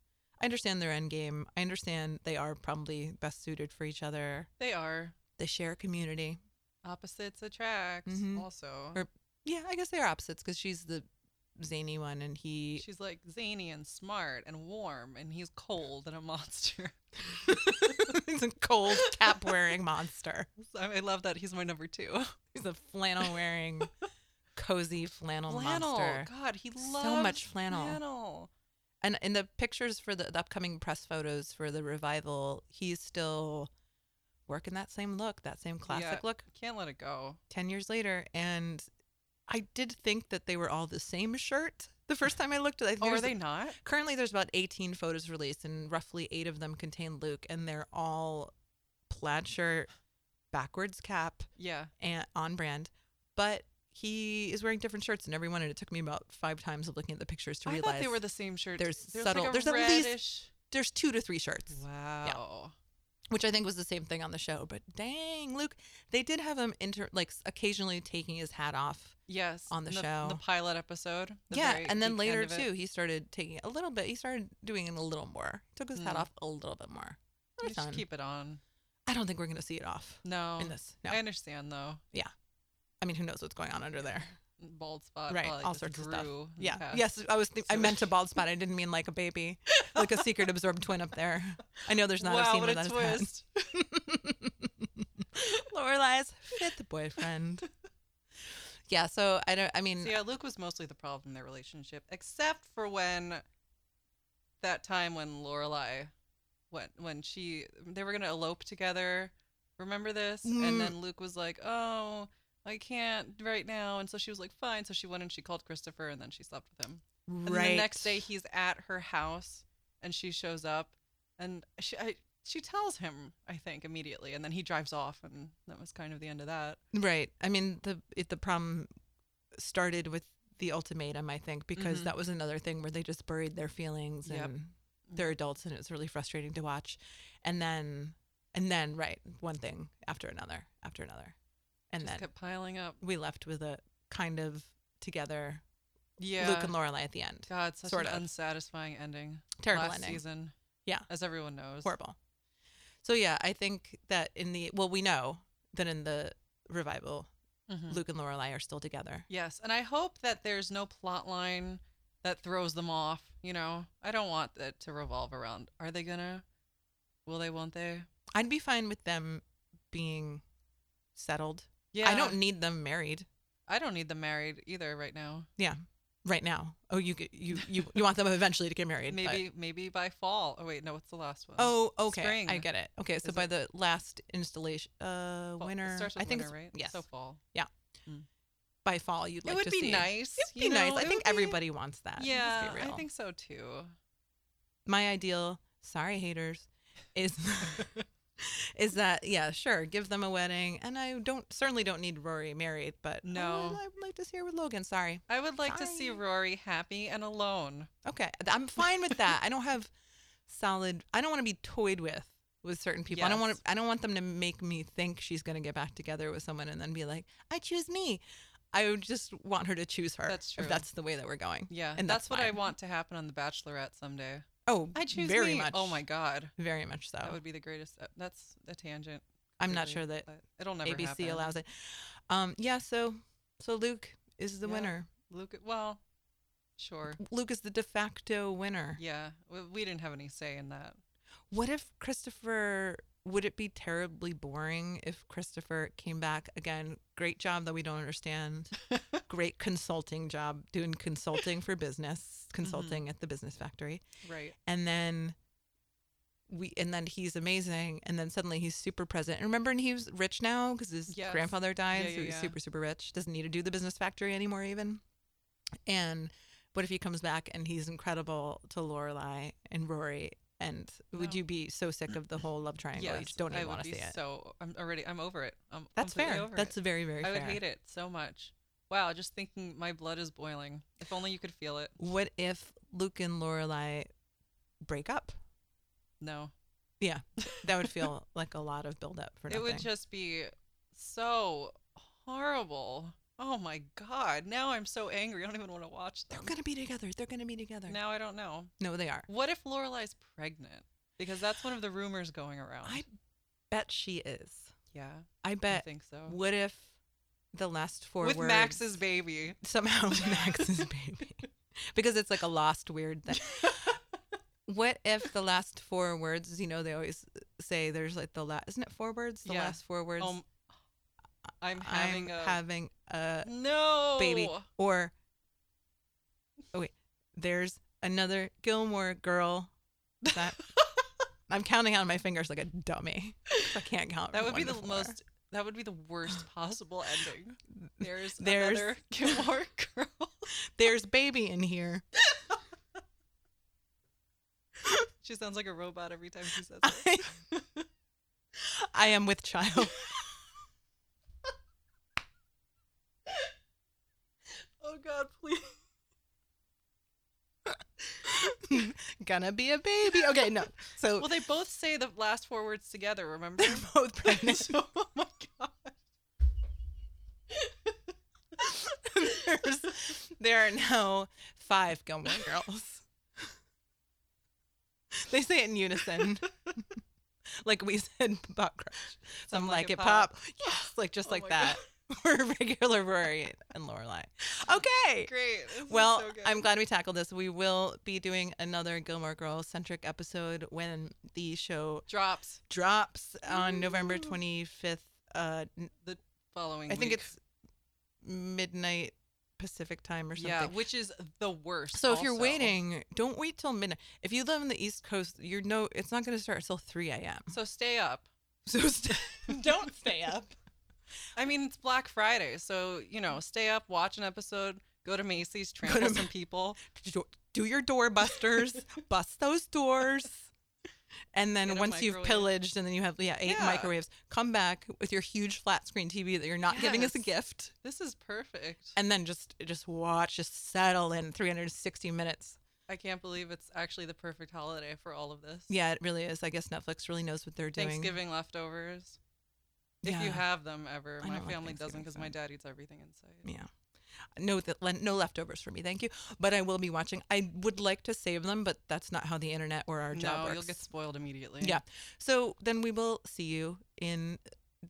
[SPEAKER 1] I understand their end game. I understand they are probably best suited for each other.
[SPEAKER 2] They are
[SPEAKER 1] They share a community.
[SPEAKER 2] opposites attract.
[SPEAKER 1] Mhm.
[SPEAKER 2] Also,
[SPEAKER 1] Or- Yeah, I guess they are opposites because she's the zany one and he.
[SPEAKER 2] she's like zany and smart and warm, and he's cold and a monster.
[SPEAKER 1] He's a cold cap wearing monster.
[SPEAKER 2] So I love that he's my number two.
[SPEAKER 1] He's a flannel wearing, cozy flannel, monster.
[SPEAKER 2] God, he
[SPEAKER 1] So
[SPEAKER 2] loves
[SPEAKER 1] much flannel. And in the pictures for the, the upcoming press photos for the revival, he's still working that same look, that same classic
[SPEAKER 2] Yeah.
[SPEAKER 1] look
[SPEAKER 2] Can't let it go.
[SPEAKER 1] 10 years later. And I did think that they were all the same shirt the first time I looked at it. I think
[SPEAKER 2] Oh, are
[SPEAKER 1] there's-
[SPEAKER 2] they not?
[SPEAKER 1] Currently, there's about 18 photos released, and roughly eight of them contain Luke, and they're all plaid shirt, backwards cap,
[SPEAKER 2] Yeah.
[SPEAKER 1] and on brand. But he is wearing different shirts in every one, and it took me about five times of looking at the pictures to
[SPEAKER 2] I
[SPEAKER 1] realize
[SPEAKER 2] thought they were the same shirt.
[SPEAKER 1] there's
[SPEAKER 2] like,
[SPEAKER 1] subtle-
[SPEAKER 2] a
[SPEAKER 1] there's at least-
[SPEAKER 2] reddish-
[SPEAKER 1] there's two to three shirts.
[SPEAKER 2] Wow.
[SPEAKER 1] which I think was the same thing on the show. But dang, Luke, they did have him inter like s- occasionally taking his hat off.
[SPEAKER 2] Yes.
[SPEAKER 1] On the
[SPEAKER 2] in The
[SPEAKER 1] show.
[SPEAKER 2] pilot episode. the
[SPEAKER 1] yeah,
[SPEAKER 2] very
[SPEAKER 1] and then
[SPEAKER 2] peak end
[SPEAKER 1] later
[SPEAKER 2] of it.
[SPEAKER 1] too, he started taking it a little bit. He started doing it a little more. Took his hat
[SPEAKER 2] Mm.
[SPEAKER 1] off a little bit more. Not a
[SPEAKER 2] You should
[SPEAKER 1] ton.
[SPEAKER 2] keep Oh. it on.
[SPEAKER 1] I don't think we're gonna see it off
[SPEAKER 2] No.
[SPEAKER 1] in this. No,
[SPEAKER 2] I understand though.
[SPEAKER 1] I mean, who knows what's going on under there?
[SPEAKER 2] Bald spot.
[SPEAKER 1] Right,
[SPEAKER 2] probably
[SPEAKER 1] all
[SPEAKER 2] just
[SPEAKER 1] sorts of
[SPEAKER 2] grew
[SPEAKER 1] stuff.
[SPEAKER 2] in the
[SPEAKER 1] Yeah.
[SPEAKER 2] past.
[SPEAKER 1] Yes, I was. Th- I
[SPEAKER 2] So-
[SPEAKER 1] meant a bald spot. I didn't mean like a baby, like a secret absorbed twin up there. I know there's not a
[SPEAKER 2] wow,
[SPEAKER 1] scene
[SPEAKER 2] what
[SPEAKER 1] without
[SPEAKER 2] a
[SPEAKER 1] his hat.
[SPEAKER 2] twist.
[SPEAKER 1] Lorelai's fifth boyfriend. Yeah, so I don't. I mean,
[SPEAKER 2] So yeah, Luke was mostly the problem in their relationship, except for when that time when Lorelai, when when she they were gonna elope together. Remember this?
[SPEAKER 1] Mm.
[SPEAKER 2] And then Luke was like, "Oh, I can't right now," and so she was like, "Fine." So she went and she called Christopher, and then she slept with him. And
[SPEAKER 1] right.
[SPEAKER 2] then the next day, he's at her house, and she shows up, and she I, she tells him, I think, immediately, and then he drives off, and that was kind of the end of that.
[SPEAKER 1] Right. I mean, the it, the problem started with the ultimatum, I think, because
[SPEAKER 2] Mhm.
[SPEAKER 1] that was another thing where they just buried their feelings
[SPEAKER 2] Yep.
[SPEAKER 1] and they're adults, and it was really frustrating to watch. And then, and then, right, one thing after another, after another, and
[SPEAKER 2] Just
[SPEAKER 1] then
[SPEAKER 2] kept piling up.
[SPEAKER 1] we left with a kind of together
[SPEAKER 2] Yeah.
[SPEAKER 1] Luke and Lorelai at the end.
[SPEAKER 2] God, such
[SPEAKER 1] Sort
[SPEAKER 2] an
[SPEAKER 1] of.
[SPEAKER 2] unsatisfying ending.
[SPEAKER 1] Terrible
[SPEAKER 2] last
[SPEAKER 1] ending.
[SPEAKER 2] season.
[SPEAKER 1] Yeah.
[SPEAKER 2] as everyone knows.
[SPEAKER 1] Horrible. So yeah, I think that in the well, we know that in the revival,
[SPEAKER 2] Mhm.
[SPEAKER 1] Luke and Lorelai are still together.
[SPEAKER 2] Yes, and I hope that there's no plot line that throws them off. You know, I don't want that to revolve around. Are they gonna? Will they? Won't they?
[SPEAKER 1] I'd be fine with them being settled.
[SPEAKER 2] Yeah,
[SPEAKER 1] I don't need them married
[SPEAKER 2] I don't need them married either right now.
[SPEAKER 1] right now. Oh, you get- you you you want them eventually to get married. but-
[SPEAKER 2] Maybe, maybe by fall. Oh wait, no, what's the last one?
[SPEAKER 1] Oh, okay. I
[SPEAKER 2] spring,
[SPEAKER 1] get it. Okay, so
[SPEAKER 2] is
[SPEAKER 1] by
[SPEAKER 2] it?
[SPEAKER 1] the last installation, uh,
[SPEAKER 2] Fall- it
[SPEAKER 1] winter.
[SPEAKER 2] starts with
[SPEAKER 1] I think
[SPEAKER 2] winter,
[SPEAKER 1] it's-
[SPEAKER 2] right?
[SPEAKER 1] yes.
[SPEAKER 2] So fall.
[SPEAKER 1] Yeah.
[SPEAKER 2] Mm.
[SPEAKER 1] by fall you'd like
[SPEAKER 2] it would
[SPEAKER 1] to
[SPEAKER 2] be
[SPEAKER 1] see.
[SPEAKER 2] nice.
[SPEAKER 1] It'd be
[SPEAKER 2] you know,
[SPEAKER 1] nice. I
[SPEAKER 2] it
[SPEAKER 1] think
[SPEAKER 2] would be-
[SPEAKER 1] everybody wants that. Let's be
[SPEAKER 2] Yeah, I
[SPEAKER 1] real.
[SPEAKER 2] think so too.
[SPEAKER 1] my ideal sorry haters is is that yeah sure give them a wedding and i don't certainly don't need rory married but I
[SPEAKER 2] No.
[SPEAKER 1] would, I would like to see her with logan sorry
[SPEAKER 2] I would like to see
[SPEAKER 1] Sorry.
[SPEAKER 2] Rory happy and alone.
[SPEAKER 1] okay th- i'm fine with that i don't have solid i don't want to be toyed with with certain people i don't want
[SPEAKER 2] Yes.
[SPEAKER 1] to, i don't want them to make me think she's going to get back together with someone and then be like i choose me i would just want her to choose her
[SPEAKER 2] That's true.
[SPEAKER 1] if that's the way that we're going
[SPEAKER 2] Yeah,
[SPEAKER 1] And
[SPEAKER 2] that's,
[SPEAKER 1] that's
[SPEAKER 2] what I
[SPEAKER 1] fine.
[SPEAKER 2] want to happen on The Bachelorette someday.
[SPEAKER 1] oh
[SPEAKER 2] I choose
[SPEAKER 1] very
[SPEAKER 2] me.
[SPEAKER 1] much
[SPEAKER 2] Oh my god,
[SPEAKER 1] very much so
[SPEAKER 2] that would be the greatest. uh, That's a tangent.
[SPEAKER 1] i'm not sure
[SPEAKER 2] completely,
[SPEAKER 1] that
[SPEAKER 2] but it'll never
[SPEAKER 1] ABC
[SPEAKER 2] happen.
[SPEAKER 1] allows it. Um, yeah, so so Luke is the
[SPEAKER 2] Yeah.
[SPEAKER 1] winner.
[SPEAKER 2] Luke. Well, sure.
[SPEAKER 1] Luke is the de facto winner.
[SPEAKER 2] Yeah, we, we didn't have any say in that.
[SPEAKER 1] What if Christopher would it be terribly boring if Christopher came back again? Great job that we don't understand. Great consulting job doing consulting for business, consulting at the business factory.
[SPEAKER 2] Right.
[SPEAKER 1] And then we and then he's amazing and then suddenly he's super present. And remember and he was rich now cuz his
[SPEAKER 2] Yes.
[SPEAKER 1] grandfather died,
[SPEAKER 2] Yeah,
[SPEAKER 1] so
[SPEAKER 2] yeah,
[SPEAKER 1] he's
[SPEAKER 2] yeah.
[SPEAKER 1] super super rich. Doesn't need to do the business factory anymore even. And what if he comes back and he's incredible to Lorelai and Rory? And would
[SPEAKER 2] No.
[SPEAKER 1] you be so sick of the whole love triangle? you just don't
[SPEAKER 2] I
[SPEAKER 1] even
[SPEAKER 2] would
[SPEAKER 1] want to
[SPEAKER 2] be
[SPEAKER 1] see it.
[SPEAKER 2] So I'm already. I'm over it. I'm
[SPEAKER 1] That's
[SPEAKER 2] completely
[SPEAKER 1] fair.
[SPEAKER 2] Over
[SPEAKER 1] That's
[SPEAKER 2] it.
[SPEAKER 1] very very
[SPEAKER 2] I would
[SPEAKER 1] fair.
[SPEAKER 2] hate it so much. Wow, just thinking, my blood is boiling. If only you could feel it.
[SPEAKER 1] What if Luke and Lorelai break up?
[SPEAKER 2] No,
[SPEAKER 1] That would feel like a lot of build up for nothing.
[SPEAKER 2] it would just be so horrible. Oh my god! Now I'm so angry. I don't even want to watch
[SPEAKER 1] They're
[SPEAKER 2] them.
[SPEAKER 1] gonna be together. They're gonna be together. No,
[SPEAKER 2] Now I don't know.
[SPEAKER 1] they are.
[SPEAKER 2] What if Lorelai's pregnant? Because that's one of the rumors going around.
[SPEAKER 1] I bet she is.
[SPEAKER 2] yeah,
[SPEAKER 1] I
[SPEAKER 2] I
[SPEAKER 1] bet.
[SPEAKER 2] think so.
[SPEAKER 1] What if the last four
[SPEAKER 2] With
[SPEAKER 1] words
[SPEAKER 2] Max's baby.
[SPEAKER 1] somehow Max's baby because it's like a lost weird thing. What if the last four words? You know, they always say there's like the last. Isn't it four words? The
[SPEAKER 2] Yeah.
[SPEAKER 1] last four words.
[SPEAKER 2] Um, I'm
[SPEAKER 1] I'm
[SPEAKER 2] having a
[SPEAKER 1] having a
[SPEAKER 2] no
[SPEAKER 1] baby. Or oh wait, there's another Gilmore girl. Is That I'm counting on my fingers like a dummy. 'cause I can't count.
[SPEAKER 2] That
[SPEAKER 1] from
[SPEAKER 2] would be
[SPEAKER 1] one to
[SPEAKER 2] the
[SPEAKER 1] four.
[SPEAKER 2] most. That would be the worst possible ending. There's,
[SPEAKER 1] There's-
[SPEAKER 2] another Gilmore Girl.
[SPEAKER 1] There's baby in here.
[SPEAKER 2] she sounds like a robot every time she says
[SPEAKER 1] I,
[SPEAKER 2] it.
[SPEAKER 1] I am with child.
[SPEAKER 2] oh God, please.
[SPEAKER 1] Gonna be a baby. Okay, no. So
[SPEAKER 2] Well, they both say the last four words together. Remember?
[SPEAKER 1] they're both pregnant.
[SPEAKER 2] so, oh my God.
[SPEAKER 1] There's, there are now five Gilmore Girls. They say it in unison, like we said, pop crush. Some, like, it pop. Yes, like just
[SPEAKER 2] Oh
[SPEAKER 1] like
[SPEAKER 2] my
[SPEAKER 1] that.
[SPEAKER 2] God.
[SPEAKER 1] We're regular Rory and Lorelai. Okay.
[SPEAKER 2] Great. This is
[SPEAKER 1] Well,
[SPEAKER 2] so good.
[SPEAKER 1] I'm glad we tackled this. We will be doing another Gilmore Girls centric episode when the show
[SPEAKER 2] drops
[SPEAKER 1] drops on November
[SPEAKER 2] Ooh.
[SPEAKER 1] 25th. Uh,
[SPEAKER 2] following.
[SPEAKER 1] I think
[SPEAKER 2] week.
[SPEAKER 1] it's midnight Pacific time or something.
[SPEAKER 2] yeah, which is the worst.
[SPEAKER 1] So if you're
[SPEAKER 2] also.
[SPEAKER 1] waiting, don't wait till midnight. If you live on the East Coast, you're no, it's not going to start until 3 a.m.
[SPEAKER 2] so stay up.
[SPEAKER 1] So st- don't stay up.
[SPEAKER 2] I mean, it's Black Friday, so you know, stay up, watch an episode, go to Macy's,
[SPEAKER 1] to
[SPEAKER 2] trample
[SPEAKER 1] Ma-
[SPEAKER 2] some people,
[SPEAKER 1] Do- Do your doorbusters, bust those doors. And then
[SPEAKER 2] Get a
[SPEAKER 1] once you've
[SPEAKER 2] microwave.
[SPEAKER 1] pillaged and then you have yeah, eight
[SPEAKER 2] Yeah.
[SPEAKER 1] microwaves, come back with your huge flat screen TV that you're not giving us a
[SPEAKER 2] Yes.
[SPEAKER 1] gift.
[SPEAKER 2] This is perfect.
[SPEAKER 1] And then just just watch, just settle in 360 minutes.
[SPEAKER 2] I can't believe it's actually the perfect holiday for all of this.
[SPEAKER 1] Yeah, it really is. I guess Netflix really knows what they're doing.
[SPEAKER 2] Thanksgiving leftovers. If you
[SPEAKER 1] Yeah.
[SPEAKER 2] have them ever,
[SPEAKER 1] I
[SPEAKER 2] my
[SPEAKER 1] don't like
[SPEAKER 2] family
[SPEAKER 1] Thanksgiving
[SPEAKER 2] doesn't because my
[SPEAKER 1] food.
[SPEAKER 2] dad eats everything inside.
[SPEAKER 1] Yeah. No, th- le- no leftovers for me, thank you. But I will be watching. I would like to save them, but that's not how the internet or our job
[SPEAKER 2] no,
[SPEAKER 1] works.
[SPEAKER 2] you'll get spoiled immediately.
[SPEAKER 1] Yeah. so then we will see you in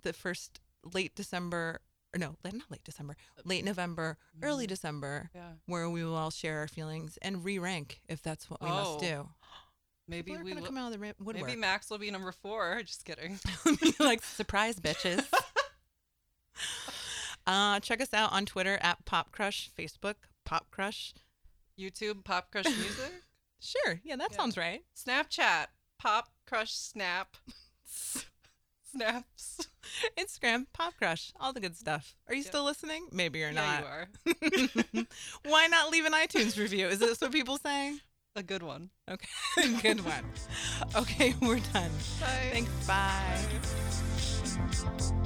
[SPEAKER 1] the first late December, or no, la- not late December, late November, early
[SPEAKER 2] Mm.
[SPEAKER 1] December,
[SPEAKER 2] Yeah.
[SPEAKER 1] where we will all share our feelings and re-rank if that's what we
[SPEAKER 2] Oh,
[SPEAKER 1] must do.
[SPEAKER 2] Maybe
[SPEAKER 1] People are
[SPEAKER 2] we
[SPEAKER 1] gonna
[SPEAKER 2] will.
[SPEAKER 1] come out of the ra- woodwork.
[SPEAKER 2] Maybe Max will be number four. Just kidding.
[SPEAKER 1] like surprise bitches. uh, check us out on Twitter at Pop Crush, Facebook Pop Crush.
[SPEAKER 2] YouTube Pop Crush Music,
[SPEAKER 1] Sure, yeah, that
[SPEAKER 2] Yeah.
[SPEAKER 1] sounds right.
[SPEAKER 2] Snapchat Pop Crush Snap. snaps.
[SPEAKER 1] Instagram, Pop Crush, all the good stuff. Are you
[SPEAKER 2] Yep.
[SPEAKER 1] still listening? Maybe you're
[SPEAKER 2] Yeah,
[SPEAKER 1] not.
[SPEAKER 2] you are.
[SPEAKER 1] Why not leave an iTunes review? Is this what people say?
[SPEAKER 2] A good one.
[SPEAKER 1] Okay, good one. Okay, we're done.
[SPEAKER 2] Bye.
[SPEAKER 1] Thanks. Bye.
[SPEAKER 2] Bye.